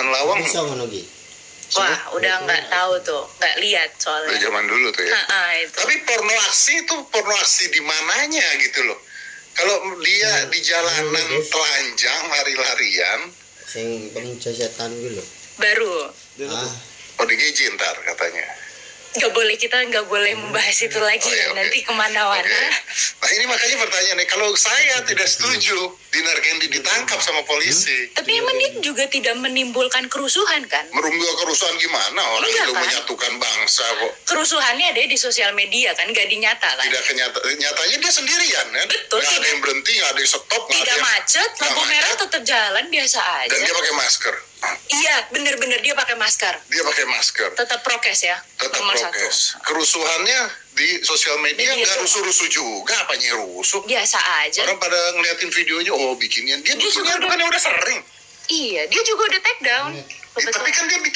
kan lawang bisa ngono ki. Wah, udah nggak tahu tuh, nggak lihat dari soalnya. zaman dulu tuh ya Ah, ah, itu. tapi porno aksi itu porno aksi di mananya gitu loh kalau dia di jalanan Hmm. telanjang lari-larian Sing pemuja setan ki lho. Baru Ah, ODGJ ntar katanya nggak boleh kita nggak boleh membahas itu lagi Oh, iya, ya oke. nanti kemana-mana. Oke. Nah ini makanya pertanyaan nih, kalau saya tidak setuju Dinar Kendi ditangkap sama polisi, Tapi emang iya. dia juga tidak menimbulkan kerusuhan kan? merunggul kerusuhan gimana? Orang Iya, itu kan? menyatukan bangsa kok. Kerusuhannya ada di sosial media kan, nggak dinyata kan? Tidak kenyata, nyatanya dia sendirian kan? Nggak Betul, ada tidak. yang berhenti, nggak ada yang stop, nggak ada Tidak yang... macet, lampu Nggak merah macet. tetap jalan biasa aja. Dan dia pakai masker. Iya, bener-bener dia pakai masker. Dia pakai masker. Tetap prokes ya, Tetap nomor prokes. satu. Kerusuhannya di sosial media Media nggak doang. rusuh-rusuh juga, apanya rusuh? Biasa aja. Orang pada ngeliatin videonya, oh bikinnya. Dia Dia juga bikinnya udah- bukan yang udah sering. Iya, dia juga udah take down. Tapi kan dia bikin